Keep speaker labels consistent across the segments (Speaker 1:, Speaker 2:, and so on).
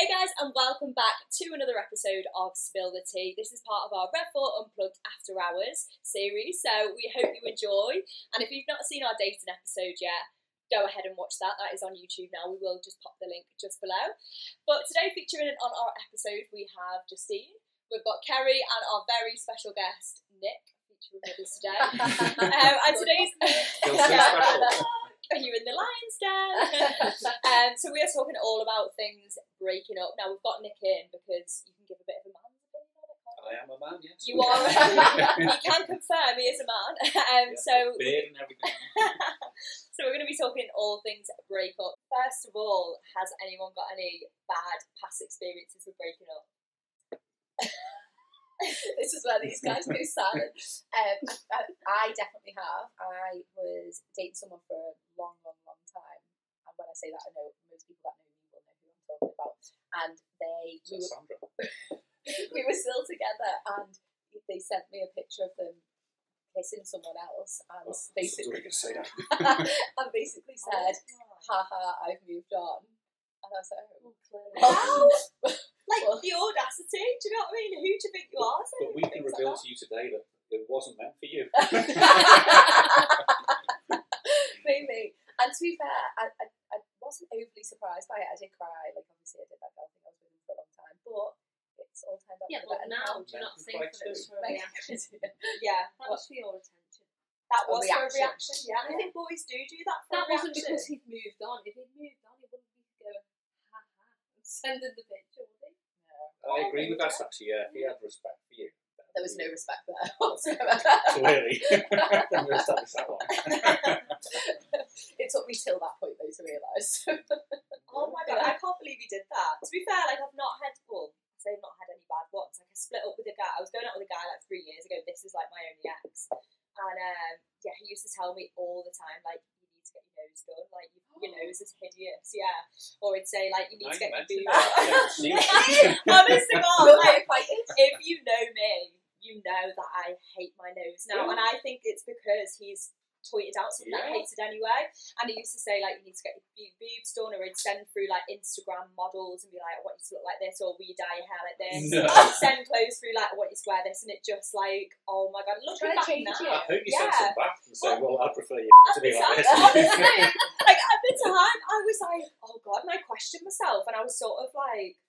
Speaker 1: Hey guys, and welcome back to another episode of Spill the Tea. This is part of our Red Fort Unplugged After Hours series, so we hope you enjoy. And if you've not seen our dating episode yet, go ahead and watch that. That is on YouTube now. We will just pop the link just below. But today, featuring on our episode, we have Justine, we've got Kerry, and our very special guest, Nick, featuring with us today. um, and today's.
Speaker 2: Feels so special.
Speaker 1: Are you in the lion's den? um, so we are talking all about things breaking up. Now we've got Nick in because you can give a bit of a man's opinion on it. can't
Speaker 2: I am a man, yes.
Speaker 1: You are. he can confirm he is a man. Um,
Speaker 2: Yeah.
Speaker 1: So
Speaker 2: Beard and everything.
Speaker 1: so we're going to be talking all things breakup. First of all, has anyone got any bad past experiences with breaking up?
Speaker 3: this is where these guys go silent. Um, I, I definitely have. I was dating someone for a long, long, long time, and when I say that, I know most people that know me will know who I'm talking about. And they
Speaker 2: So
Speaker 3: we were,
Speaker 2: Sandra.
Speaker 3: we were still together, and they sent me a picture of them kissing someone else, and
Speaker 2: Well,
Speaker 3: basically,
Speaker 2: can say that.
Speaker 3: and
Speaker 1: Oh
Speaker 3: basically said, "Ha ha, I've moved on." And I was like, oh,
Speaker 1: Wow. like
Speaker 3: Well-
Speaker 1: the audacity. Do you know what I mean? Who do you think you are? saying
Speaker 2: But we can
Speaker 1: things like
Speaker 2: reveal
Speaker 1: that?
Speaker 2: to you today that it wasn't meant for you.
Speaker 3: Maybe. And to be fair, I, I, I wasn't overly surprised by it. I did cry. Like, obviously, I did that girl thing. I was with him for a long time. But it's all turned out
Speaker 4: Yeah,
Speaker 3: for the
Speaker 4: but
Speaker 3: better
Speaker 4: now do you not think
Speaker 2: Quite
Speaker 4: that it was
Speaker 2: true.
Speaker 4: for a reaction?
Speaker 3: That
Speaker 1: Yeah,
Speaker 4: That was for your attention.
Speaker 1: that
Speaker 3: a
Speaker 1: was for a
Speaker 3: reaction.
Speaker 1: reaction. Yeah, I think boys do do that. For
Speaker 4: That
Speaker 1: a
Speaker 4: wasn't
Speaker 1: reaction.
Speaker 4: because he'd moved on. If he'd moved on, he wouldn't be going, ha ha, and sending the picture, would he?
Speaker 1: Oh,
Speaker 2: I agree with that, actually, yeah. If he had respect for you.
Speaker 3: there was
Speaker 4: Mm.
Speaker 3: no respect there whatsoever.
Speaker 2: Clearly. Then we established that one.
Speaker 3: it took me till that point, though, to realise.
Speaker 1: Oh my god, I can't believe he did that. To be fair, like I've not had well, I say I've not had any bad ones. Like I split up with a guy. I was going out with a guy like three years ago. This is like my only ex, and um, yeah, he used to tell me all the time like you need to get your nose done. Like you, your nose is hideous, yeah. Or he'd say like you need
Speaker 2: Now
Speaker 1: to get your
Speaker 2: you mentioned
Speaker 1: boob.
Speaker 2: that, I
Speaker 1: out.
Speaker 2: can see it.
Speaker 1: Honest to God,
Speaker 3: We'll
Speaker 1: like
Speaker 3: get fighting.
Speaker 1: if you know me, you know that I hate my nose now,
Speaker 2: Yeah.
Speaker 1: and I think it's because he's tweeted out something that I
Speaker 2: Yeah.
Speaker 1: hated anyway. And he used to say like, you need to get your bo- boobs done, or he'd send through like Instagram models and be like, I want you to look like this, or will you dye your hair like this?
Speaker 2: No.
Speaker 1: send clothes through like, I want you to wear this, and it just like, oh my god, look
Speaker 3: Trying
Speaker 1: back
Speaker 3: to change
Speaker 1: now.
Speaker 3: you.
Speaker 2: I hope you sent
Speaker 1: Yeah.
Speaker 2: some back and said, well, I prefer you
Speaker 1: At
Speaker 2: to
Speaker 1: the
Speaker 2: be like
Speaker 1: time,
Speaker 2: this.
Speaker 1: honestly, like at the time, I was like, oh god, and I questioned myself, and I was sort of like,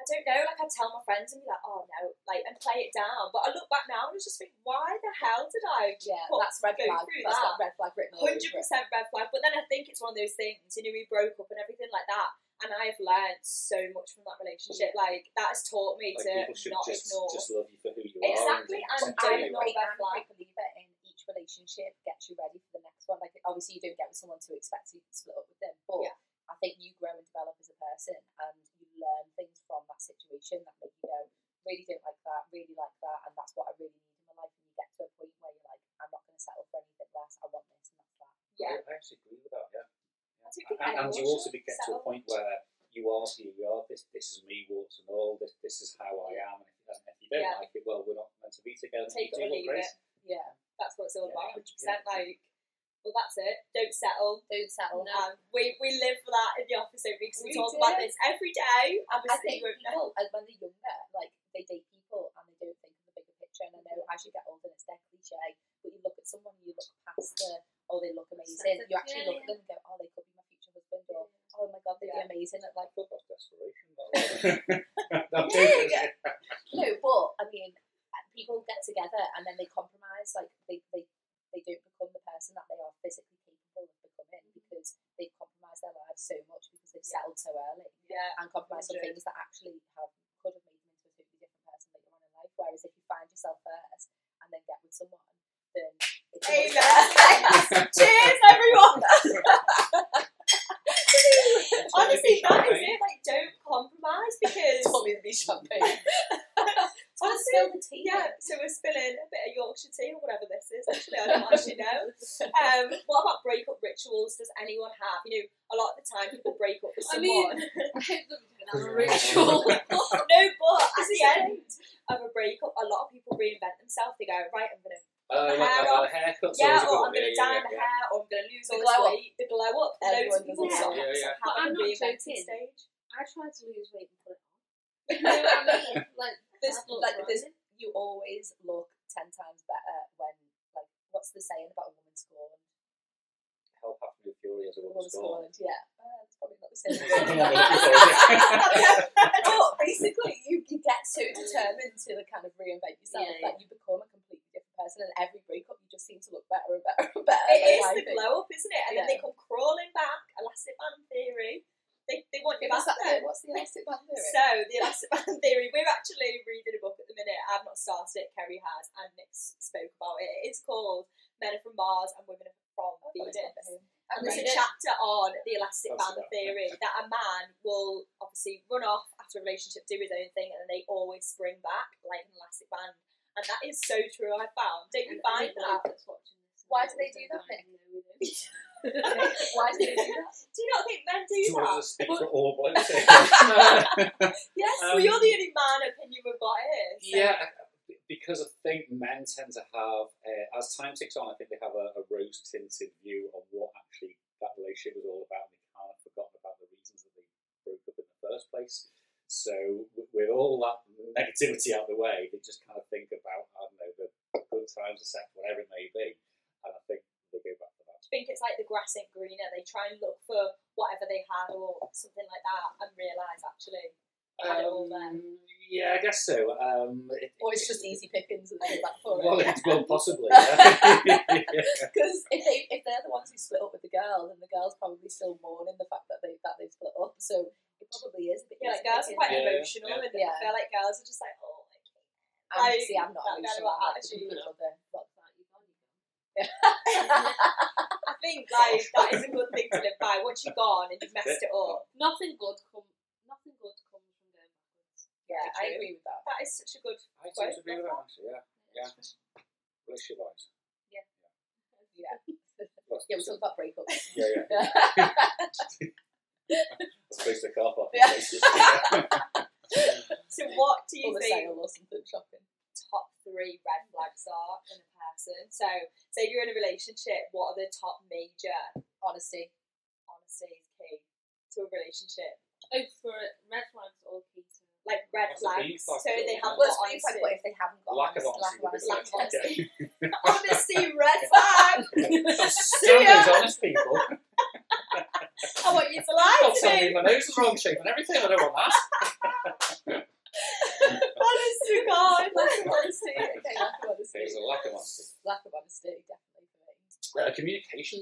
Speaker 1: I don't know, like I'd tell my friends and be like, oh no, like, and play it down. But I look back now and I just think, why the hell did I?
Speaker 3: Yeah,
Speaker 1: Well,
Speaker 3: that's red
Speaker 1: go
Speaker 3: flag.
Speaker 1: through
Speaker 3: That's
Speaker 1: that.
Speaker 3: got red flag written all over it.
Speaker 1: 100% red flag. But then I think it's one of those things, you know, we broke up and everything like that. And I have learned so much from that relationship. Like, that has taught me
Speaker 2: Like,
Speaker 1: to
Speaker 2: people should
Speaker 1: not
Speaker 2: just,
Speaker 1: ignore.
Speaker 2: just love you for who you
Speaker 1: Exactly,
Speaker 2: are.
Speaker 1: and I
Speaker 2: accept you.
Speaker 1: don't know.
Speaker 3: great and I believe it in each relationship gets you ready for the next one. Like obviously you don't get with someone to expect you to split up with them, but
Speaker 1: Yeah.
Speaker 3: I think you grow and develop as a person and you learn things from that situation that make you go, really don't like that, really like that, and that's what I really need in my life. And you get to a point where you're like, I'm not going to settle for anything less. I want this and that's that.
Speaker 1: Yeah.
Speaker 2: I actually agree with that, yeah.
Speaker 1: I don't think
Speaker 2: and, and you
Speaker 1: anyone
Speaker 2: also
Speaker 1: should
Speaker 2: be get to a
Speaker 1: settle.
Speaker 2: point where you are who you are. This this is me, warts and all. This this is how I am. And if, and if you don't
Speaker 1: Yeah.
Speaker 2: like it, well, we're not meant to be together.
Speaker 1: Take it or
Speaker 2: you do
Speaker 1: leave
Speaker 2: what, Grace?
Speaker 1: it.
Speaker 3: Yeah,
Speaker 1: That's what it's all
Speaker 2: Yeah,
Speaker 1: about. 100%.
Speaker 2: yeah.
Speaker 1: Like, well, that's it. Don't settle.
Speaker 3: don't settle.
Speaker 1: Um, we, we live for that in the office every because we,
Speaker 3: We
Speaker 1: talk
Speaker 3: do.
Speaker 1: about this every day.
Speaker 3: I
Speaker 1: Obviously,
Speaker 3: think
Speaker 1: you won't know.
Speaker 3: people, like uh, when they're younger, like they date people and they don't think of the bigger picture. And I know as you get older, it's their cliche, but you look at someone, you look past the, oh, they look amazing.
Speaker 4: Sense of-
Speaker 3: You actually
Speaker 4: yeah,
Speaker 3: look at them and go, oh, they could be my future husband, or oh my god, they'd
Speaker 1: Yeah.
Speaker 3: be amazing. And
Speaker 2: I
Speaker 3: like,
Speaker 2: thought that was desperation. but- That was
Speaker 3: Yeah,
Speaker 2: interesting.
Speaker 3: no, but I mean, people get together and then they compromise. Like they they, they don't become the person that they are physically capable of becoming because they've compromised their lives so much because they've settled so early.
Speaker 1: Yeah.
Speaker 3: and compromise on
Speaker 1: Hundred.
Speaker 3: things that actually have could have made them into a totally different person later on in life. Whereas if you find yourself first and then get with someone, then it's a much better-
Speaker 1: Amen. Cheers, everyone. Honestly, that is it. Like, don't compromise because
Speaker 3: It's probably the champagne. Let's
Speaker 1: Honestly,
Speaker 3: spill the tea.
Speaker 1: Yeah, so we're spilling a bit of Yorkshire tea or whatever this is. Actually, I don't actually know. Um, what about breakup rituals? Does anyone have? You know, a lot of the time people break up with
Speaker 4: I
Speaker 1: someone.
Speaker 4: mean- I hope that we can have a ritual.
Speaker 1: no, but at the end of a breakup, a lot of people reinvent themselves. They go, right, I'm gonna
Speaker 2: Uh,
Speaker 1: The
Speaker 2: like,
Speaker 1: hair
Speaker 2: like,
Speaker 1: up.
Speaker 2: like haircuts
Speaker 1: yeah,
Speaker 2: always
Speaker 1: or
Speaker 2: a good
Speaker 1: I'm gonna
Speaker 2: idea,
Speaker 1: dye
Speaker 2: yeah,
Speaker 1: my
Speaker 2: yeah.
Speaker 1: hair, or I'm gonna lose
Speaker 3: The
Speaker 1: all
Speaker 3: glow
Speaker 1: this
Speaker 3: up.
Speaker 1: weight. The glow up. Loads
Speaker 3: Everyone
Speaker 1: of
Speaker 3: does
Speaker 1: people
Speaker 4: that.
Speaker 1: sort of
Speaker 2: Yeah, yeah.
Speaker 1: have
Speaker 4: But
Speaker 1: a
Speaker 4: I'm not
Speaker 1: reinvented
Speaker 4: joking.
Speaker 1: stage.
Speaker 4: I tried to lose weight and put it on. You know what I mean? Like,
Speaker 3: There's,
Speaker 4: that looks
Speaker 3: like,
Speaker 4: right.
Speaker 3: there's, you always look ten times better when, like, what's the saying about a woman scorned?
Speaker 2: Help after the fury as
Speaker 3: A
Speaker 2: a woman
Speaker 3: woman
Speaker 2: scorned.
Speaker 3: scorned, yeah. Uh, it's probably not the same.
Speaker 2: Yeah.
Speaker 3: but basically, you, you get so determined to kind of reinvent yourself
Speaker 4: Yeah,
Speaker 3: that you become a completely different person, and every breakup you just seem to look better and better and better.
Speaker 1: It is the
Speaker 3: Like, I think-
Speaker 1: glow up, isn't it? And then
Speaker 3: Yeah.
Speaker 1: they come crawling back. Elastic band theory. They they want you
Speaker 3: What's
Speaker 1: back there.
Speaker 3: that theory? What's the elastic band theory?
Speaker 1: So the elastic band theory. We're actually reading a book at the minute. I've not started it. Kerry has, and Nick spoke about it. It's called Men Are from Mars and Women Are from Venus. And there's a
Speaker 3: Right.
Speaker 1: chapter on the elastic
Speaker 2: I've
Speaker 1: band
Speaker 2: seen that.
Speaker 1: theory that a man will obviously run off after a relationship, do his own thing, and then they always spring back like an elastic band. And that is so true. I found. Don't you find that?
Speaker 3: Why do they do that, Nick? Why do they do that?
Speaker 1: Do you not think men do
Speaker 2: Do you want
Speaker 1: that?
Speaker 2: us to speak for all blokes? here?
Speaker 1: Yes.
Speaker 2: Um,
Speaker 1: well, you're the only man opinion we've got here. so-
Speaker 2: Yeah, I- because I think men tend to have, uh, as time ticks on, I think they have a, a rose tinted view of what actually that relationship was all about. They kind of forgotten about the reasons that they broke up in the first place. So, w- with all that negativity out of the way, they just kind of think about, I don't know, the good times, the sex, whatever it may be. And I think they go back to that.
Speaker 1: I think it's like the grass ain't greener. They try and look for whatever they had or something like that, and realise actually. Had it all
Speaker 2: Um, yeah, I guess so. Um, it-
Speaker 3: Or it's just easy pickings and they go back for
Speaker 2: Well,
Speaker 3: it.
Speaker 2: it's, well possibly. yeah.
Speaker 3: Because if they if they're the ones who split up with the girl, then the girl's probably still mourning the fact that they that they split up. So it probably is. a bit
Speaker 1: Yeah, like
Speaker 3: easy
Speaker 1: girls are
Speaker 3: pickings.
Speaker 1: quite
Speaker 2: Yeah,
Speaker 1: emotional,
Speaker 2: yeah.
Speaker 1: and I
Speaker 3: Yeah.
Speaker 1: feel like girls are just like, oh, like,
Speaker 3: I'm,
Speaker 1: like,
Speaker 3: see, I'm not
Speaker 1: that
Speaker 3: emotional.
Speaker 1: kind of
Speaker 3: I'm like
Speaker 1: attitude.
Speaker 3: the other.
Speaker 1: I think like that is a good thing to live by. Once you're gone and you've messed it up,
Speaker 4: Nothing good comes. Nothing good comes from going backwards.
Speaker 3: Yeah,
Speaker 1: True.
Speaker 3: I agree with that.
Speaker 1: that is such a good.
Speaker 2: I tend to agree with that, actually, yeah. Yeah. Relationship wise.
Speaker 3: Yeah, yeah, we talked about breakups.
Speaker 2: Yeah, yeah. As opposed to car parking
Speaker 3: Yeah.
Speaker 2: spaces. Yeah.
Speaker 1: So, what do you
Speaker 3: Or the
Speaker 1: think
Speaker 3: sale or something shopping.
Speaker 1: top three red flags are in a person? So, say you're in a relationship, what are the top major
Speaker 3: Honesty.
Speaker 1: honesty is key to a relationship?
Speaker 4: Oh, for red flags or pizza.
Speaker 1: Like red
Speaker 2: What's the
Speaker 1: flags.
Speaker 2: B
Speaker 1: So
Speaker 2: factor?
Speaker 1: they have
Speaker 3: Well,
Speaker 1: what
Speaker 3: it's really
Speaker 1: honesty.
Speaker 3: like what if they haven't got
Speaker 2: Lack of
Speaker 3: honest-
Speaker 2: honesty. would be
Speaker 1: lack of
Speaker 2: good.
Speaker 1: honesty. honesty
Speaker 2: Yeah.
Speaker 1: red flag.
Speaker 2: Damn those honest people.
Speaker 1: I want you to
Speaker 2: I've
Speaker 1: lie
Speaker 2: got
Speaker 1: to me.
Speaker 2: something, my nose is wrong shape and everything, I don't want that.
Speaker 1: Honest to God, lack of honesty.
Speaker 3: Okay, lack of
Speaker 2: There's
Speaker 3: honesty.
Speaker 2: a lack of honesty.
Speaker 3: Lack of honesty, definitely.
Speaker 2: Uh, communication.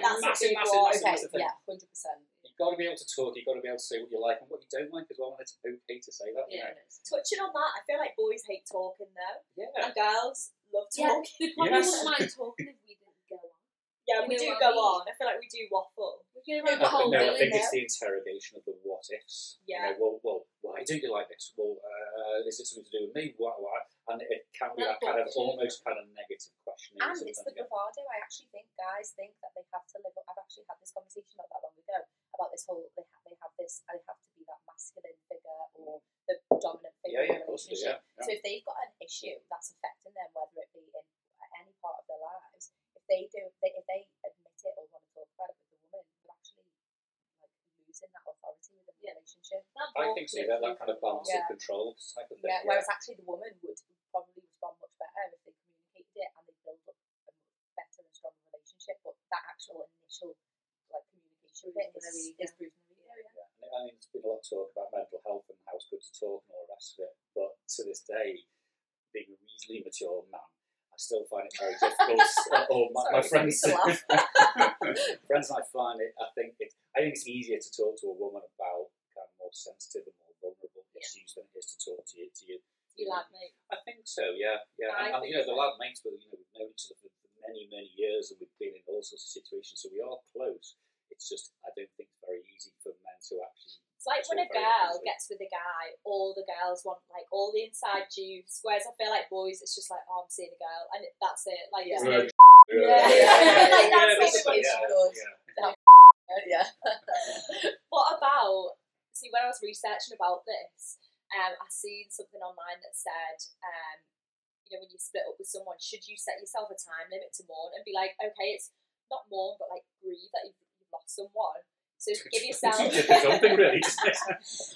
Speaker 2: uh,
Speaker 1: that's a
Speaker 2: massive,
Speaker 1: big
Speaker 2: massive,
Speaker 1: one.
Speaker 2: massive,
Speaker 3: Okay,
Speaker 2: massive thing.
Speaker 3: yeah, hundred percent.
Speaker 2: You've got to be able to talk, you've got to be able to say what you like and what you don't like as well, and it's okay to say that. you
Speaker 4: Yeah.
Speaker 2: know.
Speaker 1: Touching on that, I feel like boys hate talking though,
Speaker 2: Yeah.
Speaker 1: and girls love
Speaker 4: Yeah,
Speaker 1: talking.
Speaker 4: they probably
Speaker 2: Yes.
Speaker 4: wouldn't mind talking if we didn't go on.
Speaker 1: Yeah, we
Speaker 4: You
Speaker 1: do
Speaker 4: know what
Speaker 1: go
Speaker 4: I mean?
Speaker 1: on. I feel like we do waffle.
Speaker 4: We're going
Speaker 3: No,
Speaker 4: around the
Speaker 2: I
Speaker 4: whole
Speaker 2: think- Uh, no, I think
Speaker 4: building.
Speaker 3: building
Speaker 2: it's the interrogation of the what ifs. You
Speaker 1: Yeah.
Speaker 2: know, well, well, why do you like this? Well, uh, is it something to do with me? Why, why? And it can be that
Speaker 4: Not
Speaker 2: kind of
Speaker 4: bullshit.
Speaker 2: almost kind of negative questioning.
Speaker 3: And it's the
Speaker 2: sometimes, yeah.
Speaker 3: bravado. I actually think guys think that they have to live up. I've actually had this conversation not that long ago about this whole they have, they have this I have to be that masculine figure or the dominant figure
Speaker 2: Yeah, yeah,
Speaker 3: in
Speaker 2: of
Speaker 3: a
Speaker 2: course it is,
Speaker 3: relationship.
Speaker 2: yeah. yeah.
Speaker 3: So if they've got an issue that's affecting them, whether it be in any part of their lives, if they do, they, if they admit it or want to talk about it with a woman, they're actually like losing that authority within the relationship.
Speaker 2: I think so, yeah, that kind of balance
Speaker 3: Yeah.
Speaker 2: of control type of thing.
Speaker 3: Yeah,
Speaker 2: Yeah,
Speaker 3: whereas actually the woman would probably respond much better if they communicated it and they build up a better and stronger relationship. But that actual initial like communication bit is, is,
Speaker 4: Yeah.
Speaker 3: proven to be yeah.
Speaker 2: yeah. And I mean, there's been a lot of talk about mental health and how it's good to talk and all the rest of it, but to this day, being a reasonably mature man, I still find it very difficult. or my, my
Speaker 3: Sorry, it's
Speaker 2: friends.
Speaker 3: a laugh.
Speaker 2: friends and I find it. I think it. I think it's easier to talk to a woman about kind of more sensitive and more vulnerable issues than it is to talk to you. To you.
Speaker 1: You lad, mate.
Speaker 2: I think so. Yeah, yeah.
Speaker 1: I
Speaker 2: And, and you know,
Speaker 1: think
Speaker 2: the lad mates, but you know, we've known each other for for many, many years, and we've been in all sorts of situations, so we are close. It's just I don't think it's very easy for men to actually.
Speaker 1: like
Speaker 2: It's
Speaker 1: when
Speaker 2: all
Speaker 1: a
Speaker 2: very
Speaker 1: girl
Speaker 2: offensive.
Speaker 1: gets with a guy, all the girls want like all the inside juice. Whereas I feel like boys, it's just like, oh, I'm seeing a girl, and it- that's it. Like,
Speaker 3: Yeah.
Speaker 1: there's
Speaker 2: Yeah.
Speaker 1: no-
Speaker 3: Yeah.
Speaker 1: Like, that's
Speaker 2: this is-
Speaker 3: everybody's
Speaker 2: yeah,
Speaker 3: good.
Speaker 2: yeah.
Speaker 3: yeah.
Speaker 1: what about? See, when I was researching about this, um, I seen something online that said, um, you know, when you split up with someone, should you set yourself a time limit to mourn and be like, okay, it's not mourn, but like grieve that you've you've lost someone. So give yourself
Speaker 2: It's something really. isn't it?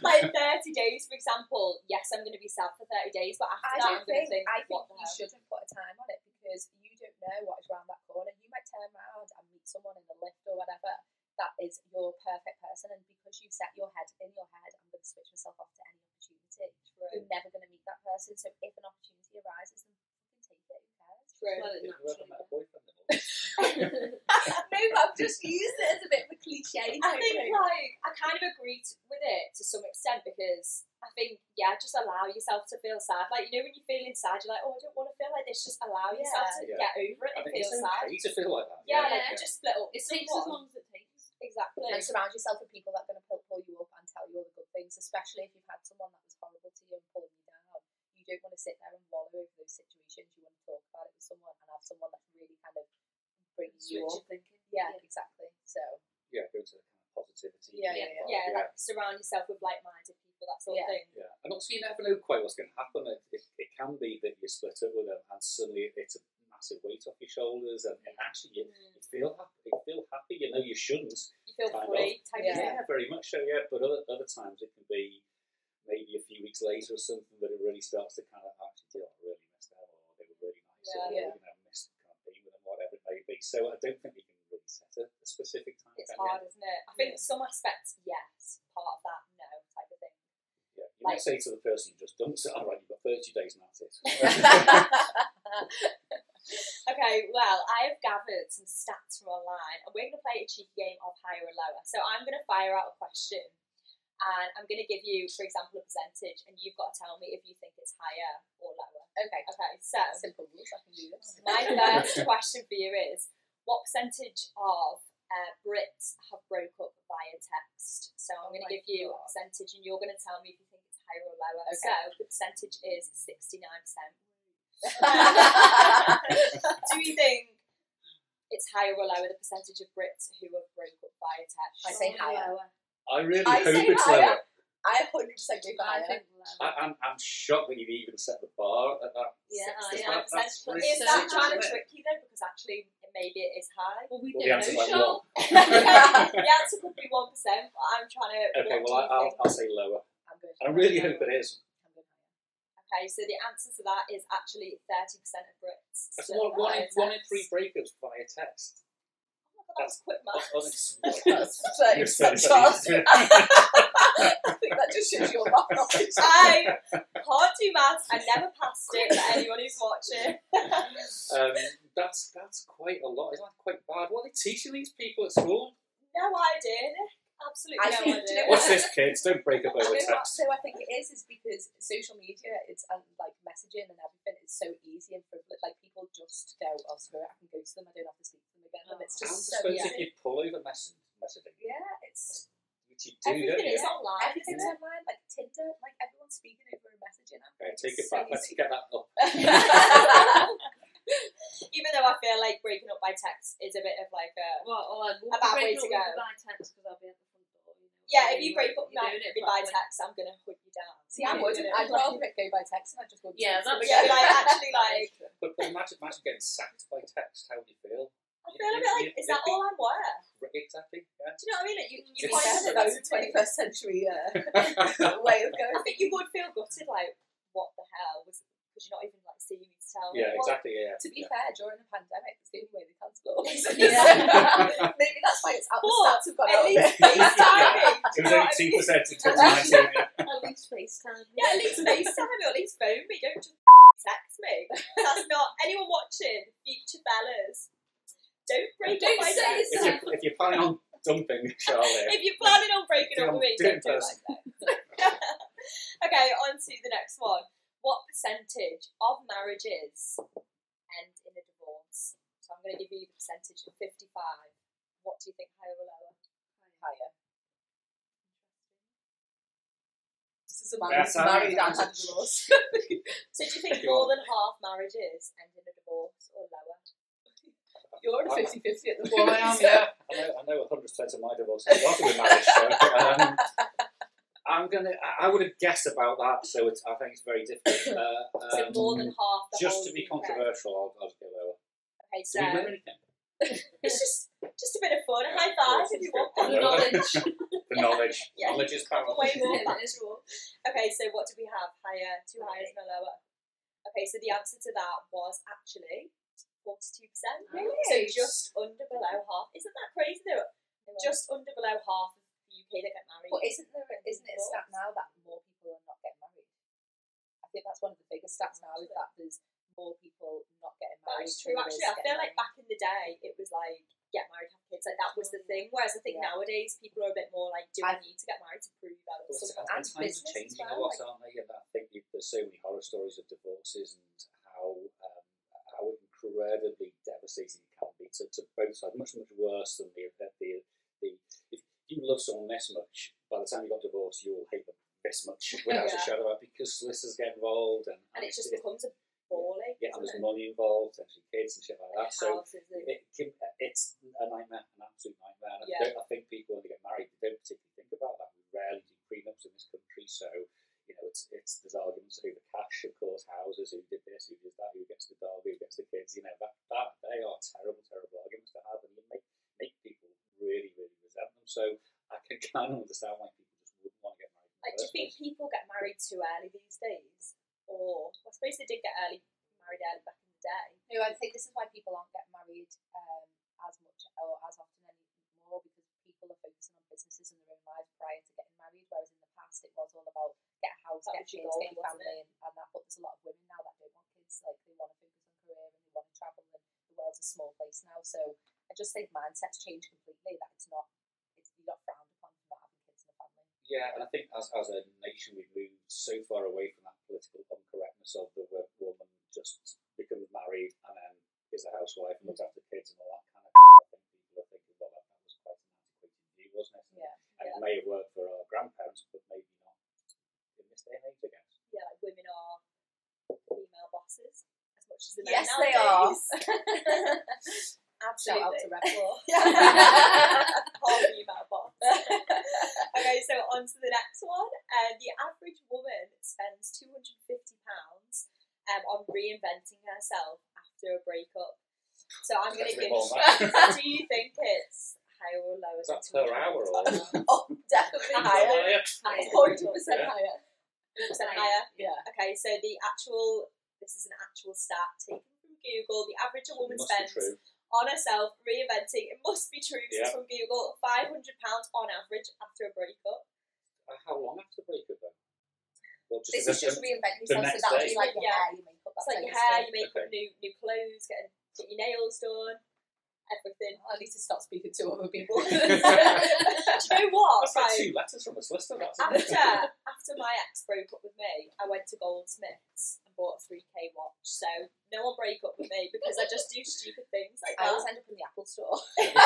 Speaker 1: like 30 days, for example, yes, I'm going to be sad for 30 days, but after
Speaker 3: I
Speaker 1: that,
Speaker 3: don't
Speaker 1: I'm going to
Speaker 3: think,
Speaker 1: think,
Speaker 3: I think
Speaker 1: what the
Speaker 3: you
Speaker 1: hell?
Speaker 3: shouldn't put a time on it because you don't know what is round that corner. You might turn around and meet someone in the lift or whatever that is your perfect person, and because you've set your head in your head, I'm going to switch myself off to any opportunity. You're never going to meet that person, so if an opportunity arises, then fucking take it. Who cares?
Speaker 1: True.
Speaker 4: Well, it
Speaker 2: If you ever
Speaker 4: naturally.
Speaker 2: met a boyfriend of yours,
Speaker 3: no, but I've just used it as a bit of a cliche.
Speaker 1: I think, like, I kind of agree t- with it to some extent because I think, yeah, just allow yourself to feel sad. Like, you know, when you feel inside, you're like, oh, I don't want to feel like this. Just allow yourself to
Speaker 2: Yeah.
Speaker 1: get over it
Speaker 2: I
Speaker 1: and
Speaker 2: think
Speaker 1: feel
Speaker 2: it's
Speaker 1: sad.
Speaker 2: okay to feel like that.
Speaker 1: Yeah, like,
Speaker 4: Yeah.
Speaker 1: you just split up.
Speaker 4: It
Speaker 1: with
Speaker 4: takes as
Speaker 1: someone.
Speaker 4: long as it takes.
Speaker 1: Exactly.
Speaker 3: and surround yourself with people that are going to pull, pull you up and tell you all the good things, especially if you've had someone that was horrible to you and pulling you down. You don't want to sit there and wallow over those situations. You want to talk about it with someone and have someone that really kind of brings you up.
Speaker 4: Switch your thinking.
Speaker 3: Yeah, exactly. So
Speaker 2: Yeah, go to the kind of positivity.
Speaker 3: Yeah, yeah,
Speaker 1: yeah,
Speaker 2: vibe,
Speaker 1: like, surround yourself with like minded people, that sort of
Speaker 3: Yeah.
Speaker 1: thing.
Speaker 2: Yeah, and also you never know quite what's going to happen. It, it, it can be that you split up with them, and suddenly it's a massive weight off your shoulders, and, and actually you,
Speaker 1: Mm.
Speaker 2: you feel happy. You feel happy. You know you shouldn't.
Speaker 1: You feel
Speaker 2: Kind of.
Speaker 1: free. Type
Speaker 3: Yeah.
Speaker 1: of thing.
Speaker 2: yeah very much so. Yeah, but other other times it can be maybe a few weeks later or something that it really starts to kind of actually do. I really missed them, or they were really nice, or
Speaker 3: Yeah.
Speaker 2: you know, missed kind of being with them, whatever it may be. So I don't think you can really set a, a specific time.
Speaker 1: It's
Speaker 2: can you?
Speaker 1: hard, isn't it? I think
Speaker 3: Yeah.
Speaker 1: some aspects, yes, part of that, no, type of thing.
Speaker 2: Yeah, you
Speaker 1: Like-
Speaker 2: might say to the person who just done it, all right, you've got 30 days and that's it.
Speaker 1: Okay, well, I have gathered some stats from online, and we're going to play a cheeky game of higher or lower. So I'm going to fire out a question, and I'm going to give you, for example, a percentage, and you've got to tell me if you think it's higher or lower.
Speaker 3: okay,
Speaker 1: Okay, so
Speaker 3: simple rules. I can do this.
Speaker 1: my first question for you is what percentage of uh, Brits have broke up via text? So I'm
Speaker 3: Oh
Speaker 1: going to
Speaker 3: my
Speaker 1: give you a
Speaker 3: God.
Speaker 1: percentage, and you're going to tell me if you think it's higher or lower. So
Speaker 3: Okay.
Speaker 1: the percentage is 69%. Do you think it's higher or lower the percentage of Brits who have broke up via text?
Speaker 3: I say higher.
Speaker 2: I really
Speaker 1: I
Speaker 2: hope
Speaker 1: say
Speaker 2: it's
Speaker 1: higher.
Speaker 2: lower.
Speaker 3: I 100% go for
Speaker 4: I
Speaker 3: higher.
Speaker 4: think lower.
Speaker 2: I, I'm, I'm shocked that you've even set the bar at that.
Speaker 1: Yeah,
Speaker 2: is
Speaker 4: Six
Speaker 1: yeah.
Speaker 2: that- that's
Speaker 1: But
Speaker 2: pretty
Speaker 1: Is that
Speaker 4: Six
Speaker 1: trying to
Speaker 2: is it?
Speaker 1: trick you though? Because actually, maybe it is high.
Speaker 4: Well, we
Speaker 2: Well, the
Speaker 4: don't
Speaker 2: answer's
Speaker 4: know,
Speaker 2: like one.
Speaker 4: Sean.
Speaker 1: the answer could be one percent, but I'm trying to.
Speaker 2: Okay,
Speaker 1: what do
Speaker 2: well, I,
Speaker 1: you think?
Speaker 2: I'll, I'll say lower.
Speaker 3: I'm going
Speaker 2: I really hope it is.
Speaker 3: I'm going higher.
Speaker 1: Okay, so the answer to that is actually thirty percent of Brits.
Speaker 2: That's
Speaker 1: still
Speaker 2: one, one, in,
Speaker 1: via
Speaker 2: one in
Speaker 1: text.
Speaker 2: three breakups via text.
Speaker 1: Oh, that was quick math.
Speaker 2: That's
Speaker 3: Thirty percent chance. I think that just shows your knowledge.
Speaker 1: I can't do maths. I never passed it for anyone who's watching.
Speaker 2: um, that's that's quite a lot. Isn't that quite bad? What are they teaching these people at school?
Speaker 1: No idea. Nick. Absolutely
Speaker 3: I
Speaker 1: no
Speaker 3: think- do
Speaker 1: idea.
Speaker 3: you know
Speaker 2: What's this, kids? Don't break up over
Speaker 3: You know what?
Speaker 2: text.
Speaker 3: So I think it is is because social media, it's um, like messaging and everything is so easy and privileged. Like people just go, "Oh, screw it, I can go to them. I don't have to speak to them again." And it's
Speaker 2: I
Speaker 3: just so
Speaker 2: suppose if
Speaker 3: easy.
Speaker 2: you pull over mess- messaging,
Speaker 3: Yeah, it's
Speaker 2: which you do, don't
Speaker 1: Everything
Speaker 2: you?
Speaker 1: is online.
Speaker 3: everything's
Speaker 1: isn't it?
Speaker 3: online, like Tinder, like everyone's speaking over a message and
Speaker 2: Okay,
Speaker 3: everything.
Speaker 2: take it
Speaker 3: It's so
Speaker 2: back. Let's
Speaker 3: easy.
Speaker 2: get that up.
Speaker 1: Even though I feel like breaking up by text is a bit of like a
Speaker 4: Well, or like, we'll
Speaker 1: A bad way
Speaker 4: break
Speaker 1: to go.
Speaker 4: up with my text because I'll be at the front door. You know,
Speaker 1: yeah. If
Speaker 4: So
Speaker 1: you break up
Speaker 4: you're
Speaker 1: now
Speaker 4: doing it
Speaker 1: by
Speaker 4: properly.
Speaker 1: text, I'm gonna hood you down.
Speaker 3: See, I wouldn't.
Speaker 1: Yeah.
Speaker 3: I'd rather it go by text and I just go.
Speaker 4: Yeah, that's-
Speaker 1: Yeah, like, actually, like-
Speaker 2: But, but imagine, imagine getting sacked by text. How would you feel?
Speaker 1: I feel a bit like, is that all I'm worth?
Speaker 2: Exactly. Yeah.
Speaker 1: Do you know what I mean? Like, you, you
Speaker 2: It's
Speaker 1: can't
Speaker 2: better
Speaker 1: even
Speaker 3: that's
Speaker 1: go to
Speaker 3: a
Speaker 1: it.
Speaker 3: 21st century uh, way of going.
Speaker 1: I think you would feel gutted, like, what the hell? Was because you're not even like seeing me to tell.
Speaker 2: yeah,
Speaker 1: What-
Speaker 2: exactly. Yeah.
Speaker 3: To be
Speaker 2: yeah.
Speaker 3: fair, during the pandemic, it's the only way they can school.
Speaker 1: Yeah.
Speaker 3: Maybe that's why it's out. The
Speaker 1: But
Speaker 3: stats have gone
Speaker 1: At
Speaker 3: out.
Speaker 1: least FaceTiming.
Speaker 2: It
Speaker 1: do you know what I
Speaker 2: was eighteen
Speaker 1: mean?
Speaker 2: percent in twenty nineteen.
Speaker 4: At least FaceTime.
Speaker 1: Yeah, at least FaceTime me, or at least phone me. Don't just text me. That's not anyone watching. Future fellas, don't break
Speaker 4: Don't
Speaker 1: up by
Speaker 4: say
Speaker 1: text.
Speaker 2: If you if you're planning on dumping Charlotte,
Speaker 1: if you're planning on breaking up with me,
Speaker 2: Do
Speaker 1: don't
Speaker 2: it
Speaker 1: do it like that. okay, on to the next one. What percentage of marriages end in a divorce? So I'm going to give you the percentage of 55. What do you think, higher or lower?
Speaker 3: higher. so man
Speaker 2: That's how
Speaker 3: married
Speaker 2: it
Speaker 3: and had a
Speaker 2: is.
Speaker 3: divorce.
Speaker 1: So do you think more than half marriages end in a divorce or lower?
Speaker 3: You're in a 50 50 at the
Speaker 2: Well,
Speaker 3: moment.
Speaker 2: I am,
Speaker 3: so-
Speaker 2: yeah. I know, I know 100% of my divorce is after the marriage, so um, I'm gonna. I, I would have guessed about that, so it's, I think it's very difficult. Uh,
Speaker 1: So
Speaker 2: um,
Speaker 1: more than half the whole
Speaker 2: just to be
Speaker 1: UK.
Speaker 2: controversial, I'll, I'll go lower.
Speaker 1: Okay, so
Speaker 2: Do we win anything?
Speaker 1: it's just just a bit of fun. A
Speaker 2: Yeah,
Speaker 1: high
Speaker 2: of
Speaker 1: five
Speaker 2: course,
Speaker 1: if you
Speaker 2: it's
Speaker 1: want
Speaker 2: good.
Speaker 1: one.
Speaker 2: Yeah.
Speaker 4: Knowledge.
Speaker 2: The knowledge.
Speaker 1: Yeah,
Speaker 2: knowledge is power.
Speaker 1: Way more
Speaker 4: Yeah.
Speaker 1: factual. Okay, so what do we have? Higher, two higher and a lower. Okay, so the answer to that was actually forty-two percent. So
Speaker 4: Nice.
Speaker 1: just under below half. Isn't that crazy? Though, just under below half of the UK that get married.
Speaker 3: But isn't there isn't it a stat now that more people are not getting married? I think that's one of the biggest stats now is that there's more people not getting
Speaker 1: That
Speaker 3: married.
Speaker 1: is true.
Speaker 3: than
Speaker 1: Actually, I
Speaker 3: there is
Speaker 1: feel
Speaker 3: getting
Speaker 1: like
Speaker 3: married.
Speaker 1: back in the day, it was like get married, have kids. Like that was the thing. Whereas I think
Speaker 3: Yeah.
Speaker 1: nowadays people are a bit more like, do I need to get married to prove that? I'm
Speaker 2: Well,
Speaker 1: something?
Speaker 2: and times
Speaker 3: business
Speaker 2: are
Speaker 3: as
Speaker 2: changing a
Speaker 3: well,
Speaker 2: lot, aren't they? And I think you, there's so many horror stories of divorces and how um, how incredibly devastating it can be to, to both sides. Much much worse than the the, the, the if you love someone this much, by the time you got divorced, you will hate them this much without a
Speaker 1: Yeah.
Speaker 2: shadow of a doubt because solicitors get involved and,
Speaker 1: And it just
Speaker 2: it's-
Speaker 1: becomes a ball ache.
Speaker 2: yeah, and
Speaker 1: doesn't
Speaker 2: there's
Speaker 1: it?
Speaker 2: money involved, potentially kids and shit like that. So
Speaker 1: Houses and-
Speaker 2: it can, it's a nightmare, an absolute nightmare. And
Speaker 1: Yeah.
Speaker 2: I, don't, I think people when they get married, they don't particularly think about that. We rarely do prenups in this country, so you know it's it's there's arguments over cash, of course, houses, who did this, who did that, who gets the dog, who gets the kids. You know that that they are terrible, terrible arguments to have, and they make make people really, really resent them. So I can kind of understand why people just wouldn't want to get married. in the
Speaker 1: Like, do you
Speaker 2: first
Speaker 1: think
Speaker 2: place.
Speaker 1: people get married too early these days? Or I suppose they did get early married early back in the day.
Speaker 3: No, I think this is why people aren't getting married um, as much or as often anymore because people are focusing on businesses and their own lives prior to getting married. Whereas in the past, it was all about get a house,
Speaker 1: That
Speaker 3: get
Speaker 1: was your
Speaker 3: kids,
Speaker 1: goal,
Speaker 3: get your
Speaker 1: wasn't
Speaker 3: family, and, and that. But there's a lot of women now that don't want kids. Like they want to focus on career and they want to travel, and the world's a small place now. So I just think mindsets change completely. That it's not, it's you're not frowned upon for not having kids in the family.
Speaker 2: Yeah, and I think as, as a nation, we've moved so far away from that political uncorrectness of the wo- woman just becomes married and then is a housewife and looks after kids and all that kind of. I think people are thinking, well, that, that was quite an antiquated view, wasn't it?
Speaker 3: Yeah,
Speaker 2: And it may have worked for our grandparents, but maybe not in this day and age, I guess.
Speaker 1: Yeah, like women are female bosses as much as the men
Speaker 3: Yes, they
Speaker 1: nowadays.
Speaker 3: shout out to
Speaker 1: Absolutely.
Speaker 3: Red Bull.
Speaker 1: Half female boss. okay, so on to the next one. Uh, the average woman spends two hundred and fifty pounds um, on reinventing herself after a breakup. So I'm going
Speaker 2: That's
Speaker 1: to
Speaker 2: a
Speaker 1: give.
Speaker 2: bit more than that.
Speaker 1: do you think it's higher or lower?
Speaker 2: Is that
Speaker 1: than
Speaker 2: per hour or?
Speaker 1: 200?
Speaker 3: oh, definitely higher.
Speaker 2: Yeah.
Speaker 1: Higher.
Speaker 3: Hundred percent
Speaker 2: Yeah.
Speaker 3: higher.
Speaker 1: Is that higher?
Speaker 3: Yeah.
Speaker 1: Okay, so the actual this is an actual stat taken from Google. The average a woman
Speaker 2: Must be
Speaker 1: spends
Speaker 2: true.
Speaker 1: on herself reinventing. It must be true. This is
Speaker 2: Yeah.
Speaker 1: from Google. Five hundred pounds on average after a breakup.
Speaker 2: Uh, How long after breakup then? Well,
Speaker 3: This
Speaker 2: the-
Speaker 3: is just reinventing
Speaker 2: the
Speaker 3: yourself, so
Speaker 2: next
Speaker 3: that would
Speaker 2: day.
Speaker 3: be like your
Speaker 1: Yeah.
Speaker 3: hair, your makeup, that
Speaker 1: It's like
Speaker 3: type
Speaker 1: your
Speaker 3: of
Speaker 1: hair,
Speaker 3: stuff.
Speaker 1: you make up new new clothes, getting get your nails done, everything.
Speaker 3: I need to stop speaking to other people.
Speaker 1: Do you know what?
Speaker 2: That's like
Speaker 1: right?
Speaker 2: two letters from a solicitor. That's
Speaker 1: after
Speaker 2: it.
Speaker 1: after my ex broke up with me, I went to Goldsmiths and bought a three k watch. So no one break up with me because I just do stupid things like that.
Speaker 3: I always end up in the Apple store.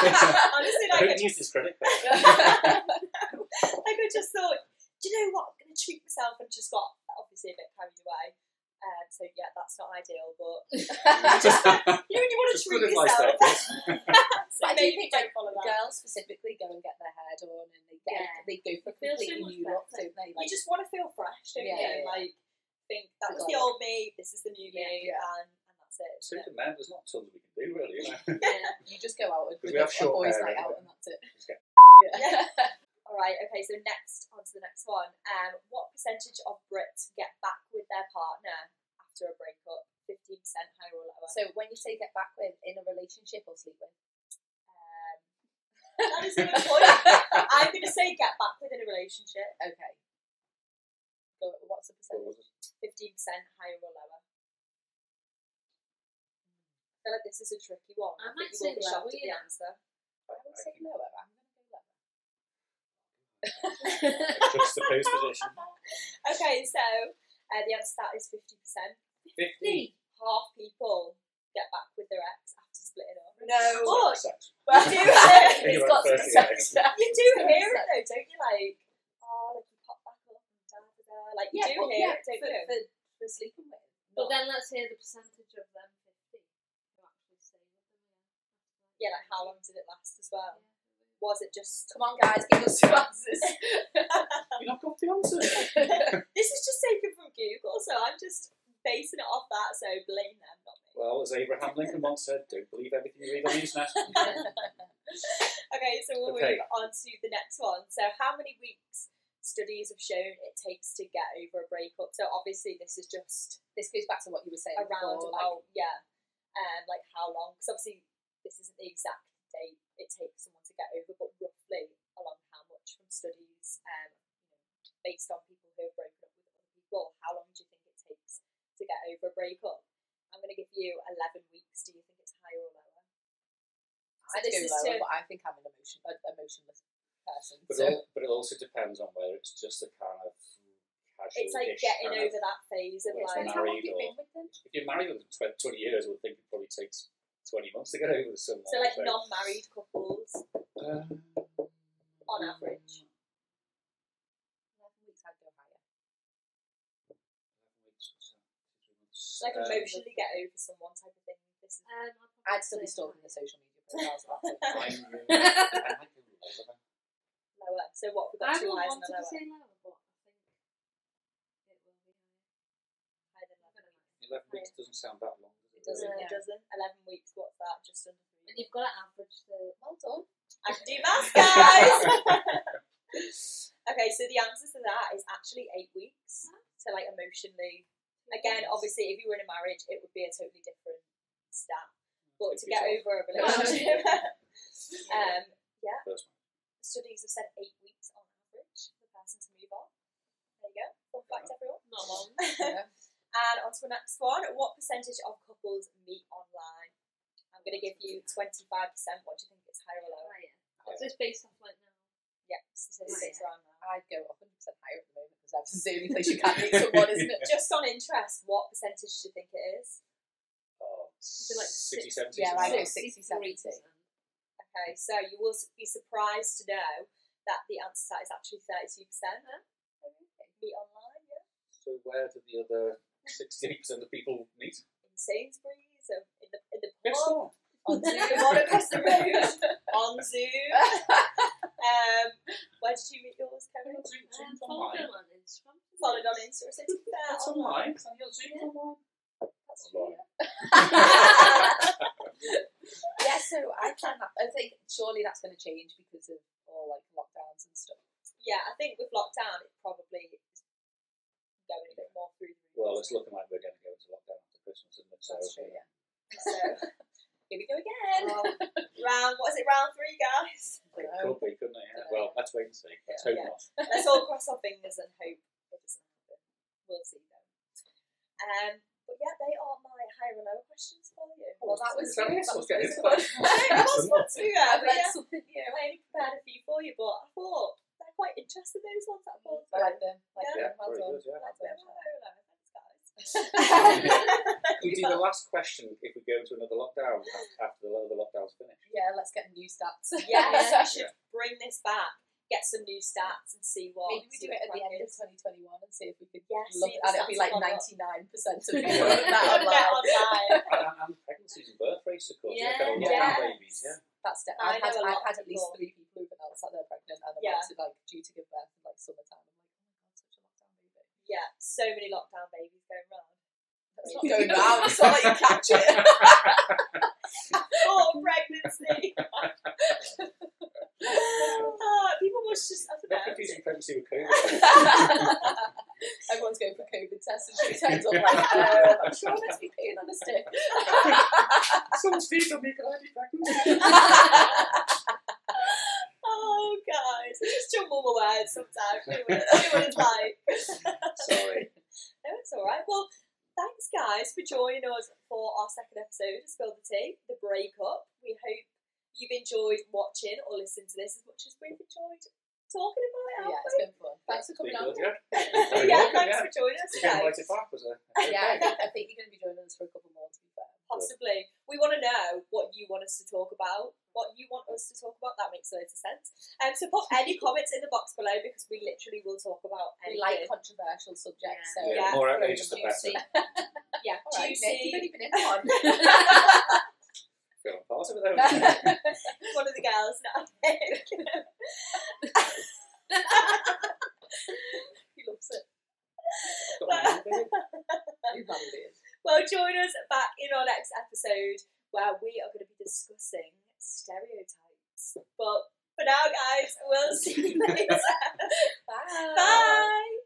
Speaker 1: Honestly,
Speaker 2: I
Speaker 1: like I
Speaker 2: don't
Speaker 1: just,
Speaker 2: use this credit card.
Speaker 1: like I just thought, do you know what? I'm gonna treat myself and just got obviously a bit carried away. Um, so yeah, that's not ideal, but you know when you want to
Speaker 2: Just
Speaker 1: treat
Speaker 2: good advice
Speaker 1: yourself.
Speaker 2: there, Chris.
Speaker 1: so
Speaker 3: But I do
Speaker 1: maybe
Speaker 3: think,
Speaker 1: don't
Speaker 3: like,
Speaker 1: follow that.
Speaker 3: Girls specifically go and get their hair done, and they get
Speaker 1: Yeah.
Speaker 3: they go for a
Speaker 1: Feel so
Speaker 3: completely
Speaker 1: much
Speaker 3: new look,
Speaker 1: better.
Speaker 3: don't they?
Speaker 1: You
Speaker 3: Like,
Speaker 1: just want to feel fresh, don't
Speaker 3: Yeah,
Speaker 1: you?
Speaker 3: yeah, yeah.
Speaker 1: Like think that was the
Speaker 3: Good
Speaker 1: old me, this is the new
Speaker 3: Yeah,
Speaker 1: me,
Speaker 3: yeah.
Speaker 1: and, and that's it.
Speaker 2: So
Speaker 1: isn't it?
Speaker 2: the man, there's not tons we can do really. You know?
Speaker 1: Yeah.
Speaker 3: you just go out and
Speaker 2: 'Cause
Speaker 3: with
Speaker 2: we have
Speaker 3: a, a
Speaker 2: short
Speaker 3: boys'
Speaker 2: hair
Speaker 3: night out,
Speaker 2: anyway.
Speaker 3: and that's it.
Speaker 2: Just get-
Speaker 3: Yeah.
Speaker 1: All right. Okay. So next, on to the next one. Um, what percentage of Brits get back with their partner after a breakup? Fifteen percent, higher or lower?
Speaker 3: so when you say get back with in a relationship or sleep with,
Speaker 1: Um, that is a good point. I'm going to say get back within a relationship.
Speaker 3: okay. So what's the
Speaker 2: What
Speaker 3: percentage?
Speaker 2: was it?
Speaker 1: 15% higher or lower. I feel like this is a tricky one.
Speaker 4: I
Speaker 1: think you
Speaker 4: might
Speaker 1: won't
Speaker 4: say
Speaker 1: be shocked
Speaker 4: lower,
Speaker 1: at the
Speaker 4: yeah.
Speaker 1: answer.
Speaker 3: I would say lower. I'm going to go lower.
Speaker 2: Juxtaposition.
Speaker 1: Okay, so uh, the answer to that is 50%.
Speaker 2: Fifteen.
Speaker 1: Half people get back with their ex after splitting up.
Speaker 3: No.
Speaker 1: But
Speaker 2: Sex.
Speaker 1: you do hear,
Speaker 2: Think
Speaker 3: it's
Speaker 2: about
Speaker 3: got
Speaker 2: the
Speaker 3: to be
Speaker 2: first thing I
Speaker 3: sexed out.
Speaker 1: you do hear it though, don't you? Like, oh, like you pop back up and da da da. Like, do hear
Speaker 3: yeah,
Speaker 1: it, don't
Speaker 3: for,
Speaker 1: you?
Speaker 3: For, for sleeping with.
Speaker 4: But then let's hear the percentage of them 50 who actually stay with them.
Speaker 1: Yeah, like how long did it last as well? Was it just
Speaker 3: Come on, guys, give us two answers.
Speaker 2: You've not got the answer.
Speaker 1: This is just taken from Google, so I'm just basing it off that, so blame them, not me.
Speaker 2: well, as Abraham Lincoln once said, don't believe everything you read on the internet.
Speaker 1: Okay, so we'll
Speaker 2: Okay.
Speaker 1: move on to the next one. So, how many weeks studies have shown it takes to get over a breakup? So, obviously, this is just
Speaker 3: this goes back to what you were saying
Speaker 1: around
Speaker 3: before, like,
Speaker 1: about, yeah, um, like how long? Because obviously, this isn't the exact date it takes someone to get over, but roughly along how much from studies, um, based on people who have broken up with other people, how long do you think it takes to get over a breakup? I'm going to give you 11 weeks. Do you think it's higher or lower?
Speaker 3: I'd
Speaker 1: this
Speaker 3: go
Speaker 1: is
Speaker 3: lower,
Speaker 1: to-
Speaker 3: but I think I'm an emotion, an emotionless person.
Speaker 2: But,
Speaker 3: so-
Speaker 2: it, al- but it also depends on whether it's just a kind of casual.
Speaker 1: It's like
Speaker 2: dish
Speaker 1: getting
Speaker 2: kind of-
Speaker 1: over that phase of
Speaker 2: Well, it's
Speaker 1: like.
Speaker 3: Depends
Speaker 2: not
Speaker 3: how long
Speaker 2: married
Speaker 3: you've been
Speaker 2: or-
Speaker 3: with them.
Speaker 2: If you're married with them for 20 years, I would think it probably takes 20 months to get over with someone.
Speaker 1: So like non-married couples
Speaker 2: Uh,
Speaker 1: on average.
Speaker 3: Eleven weeks, I'd go higher.
Speaker 1: So, Like
Speaker 2: uh,
Speaker 1: emotionally get over someone type of thing. This is
Speaker 4: Um,
Speaker 3: I'd still be stalking the social media profiles. of that
Speaker 2: Um,
Speaker 3: thing.
Speaker 2: I'm really- I might go lower.
Speaker 1: lower. So what we've got
Speaker 4: I
Speaker 1: two
Speaker 4: would
Speaker 1: eyes
Speaker 4: want
Speaker 1: on the
Speaker 4: to
Speaker 1: lower.
Speaker 4: say lower, but I think it will be
Speaker 1: Higher than eleven.
Speaker 2: 11 weeks doesn't sound that long. does
Speaker 1: It doesn't.
Speaker 3: Yeah.
Speaker 1: It doesn't. Eleven weeks. What's that? Just under
Speaker 4: And
Speaker 1: three.
Speaker 4: you've got to average the
Speaker 3: Well done.
Speaker 1: I can do maths, guys. okay, so the answer to that is actually eight weeks. So like emotionally, again, obviously, if you were in a marriage, it would be a totally different stat. But to
Speaker 2: It'd Mm, be
Speaker 1: get
Speaker 2: tough.
Speaker 1: over a relationship, um, yeah,
Speaker 2: First
Speaker 1: studies have said eight weeks on average for a person to move on. There you go. Fun fact, everyone.
Speaker 4: not long.
Speaker 3: Yeah.
Speaker 1: And on to the next one. What percentage of couples meet online? I'm going to give you 25%. What do you think is higher or lower?
Speaker 4: Higher. Is this based off like now?
Speaker 1: Yeah, so it's
Speaker 4: Higher.
Speaker 1: around that.
Speaker 3: I'd go 100% higher at the moment because that's the only place you can meet someone, isn't it?
Speaker 1: Just on interest, what percentage do you think it is?
Speaker 2: Oh,
Speaker 4: be like
Speaker 2: 60,
Speaker 4: six-
Speaker 2: 70.
Speaker 3: Yeah, like I know,
Speaker 2: something that.
Speaker 1: Okay,
Speaker 3: 60, 70.
Speaker 1: so you will s- be surprised to know that the answer to that is actually 32%. Meet online, yeah.
Speaker 2: So where do the other 68% of people meet?
Speaker 1: In Sainsbury's, or in the, in the
Speaker 2: Next
Speaker 1: pub,
Speaker 2: door.
Speaker 1: on Zoom, on across the road, on Zoom. Um, where did you meet yours, Kevin?
Speaker 2: Zoom's
Speaker 4: Follow
Speaker 2: online.
Speaker 4: them on Instagram.
Speaker 1: Followed on Insta, so it's fair
Speaker 2: That's
Speaker 1: online.
Speaker 2: online. It's on your Zoom.
Speaker 1: That's
Speaker 2: Online.
Speaker 1: true.
Speaker 3: yeah, so I can. I think surely that's going to change because of all like lockdowns and stuff.
Speaker 1: yeah, I think with lockdown, it probably is going a bit more through the roof.
Speaker 2: Well, it's looking like we're going to go into lockdown after Christmas, isn't it? So,
Speaker 3: That's true, yeah.
Speaker 1: So, here we go again. round, what is it, round three, guys?
Speaker 2: It
Speaker 3: um,
Speaker 2: could be, couldn't it? Yeah. Well, let's wait and see. Let's hope
Speaker 1: Yeah.
Speaker 2: not.
Speaker 1: Let's all cross our fingers and hope it doesn't happen. We'll see though. Um, but yeah, they are my higher and lower questions for you.
Speaker 3: Well, that was that
Speaker 2: Sorry, I
Speaker 3: was
Speaker 2: was getting
Speaker 3: good
Speaker 2: fun.
Speaker 1: I was fun to be fair, but
Speaker 3: I've learned
Speaker 1: yeah,
Speaker 3: something new.
Speaker 1: I only prepared a few for you, but I thought they're quite interesting, those ones that I thought.
Speaker 3: I like them. Like them.
Speaker 2: Yeah,
Speaker 3: Well done.
Speaker 2: very good, yeah.
Speaker 1: That's a bit of my higher and lower. Thanks, guys.
Speaker 2: Could we do the last question if we go into another lockdown af- after the other lockdown's finished?
Speaker 3: Yeah, let's get new stats.
Speaker 1: Yes, I should
Speaker 2: Yeah.
Speaker 1: bring this back, get some new stats, and see what.
Speaker 3: Maybe we do it at the end of 2021 and see if we could
Speaker 1: Yeah, see
Speaker 3: look
Speaker 1: the
Speaker 3: and it'd be
Speaker 1: stats
Speaker 3: like
Speaker 1: come up.
Speaker 3: 99% of people
Speaker 2: Yeah.
Speaker 3: that
Speaker 1: Put it
Speaker 3: online.
Speaker 1: online.
Speaker 2: And, and, and pregnancies and birth rates, of course.
Speaker 4: Yeah,
Speaker 2: Look at all
Speaker 1: yeah.
Speaker 2: lockdown babies, yeah.
Speaker 3: That's it.
Speaker 1: I
Speaker 3: I've had,
Speaker 1: know a lot
Speaker 3: I've had
Speaker 1: of
Speaker 3: at least
Speaker 1: people.
Speaker 3: three people who've announced that they're pregnant and
Speaker 1: Yeah.
Speaker 3: about to like due to give birth in like summertime. I'm like, oh my god, such a lockdown baby.
Speaker 1: Yeah, so many lockdown babies going round.
Speaker 3: It's not going round. It's not like you catch it.
Speaker 1: Oh, pregnancy! oh, people must just, I
Speaker 2: Not
Speaker 1: don't know.
Speaker 2: confusing pregnancy with COVID.
Speaker 3: Everyone's going for COVID tests and she turns up like, oh, I'm sure I'm meant to be peeing on a stick.
Speaker 2: Someone's feet on me, can I be pregnant?
Speaker 1: Oh, guys, I just jumble my words sometimes. You know what it's- you know what it's like.
Speaker 2: Sorry.
Speaker 1: No, it's all right. Well, thanks, guys, for joining us for our second episode of Spill the Tea, the breakup. We hope you've enjoyed watching or listening to this as much as we've enjoyed talking about it.
Speaker 3: yeah,
Speaker 1: haven't
Speaker 3: it's been fun. Thanks for coming
Speaker 2: Be
Speaker 3: on.
Speaker 2: good, yeah.
Speaker 1: we?
Speaker 2: Very
Speaker 1: yeah,
Speaker 2: welcome,
Speaker 1: thanks
Speaker 2: yeah.
Speaker 1: for joining us
Speaker 2: You
Speaker 1: today.
Speaker 2: get invited back, was it?
Speaker 3: Yeah, I think, I think you're going to be joining us for a couple more to be fair.
Speaker 1: Possibly, we want to know what you want us to talk about. what you want us to talk about, that makes loads of sense. Um, so pop any comments in the box below because we literally will talk about
Speaker 3: We
Speaker 1: anything.
Speaker 3: like controversial subjects, so
Speaker 2: Yeah,
Speaker 1: Yeah,
Speaker 2: more
Speaker 3: throw
Speaker 2: outrageous
Speaker 3: them
Speaker 2: the better.
Speaker 3: juicy.
Speaker 1: yeah,
Speaker 3: All right, Nick,
Speaker 1: juicy.
Speaker 3: you've only been in one.
Speaker 2: Feel I'm part of it though.
Speaker 1: one of the girls now.
Speaker 3: he loves it.
Speaker 2: Got my hand in it.
Speaker 3: He values it.
Speaker 1: well, join us back in our next episode where we are going to be discussing stereotypes. But for now, guys, we'll see you later.
Speaker 3: Bye.
Speaker 1: Bye.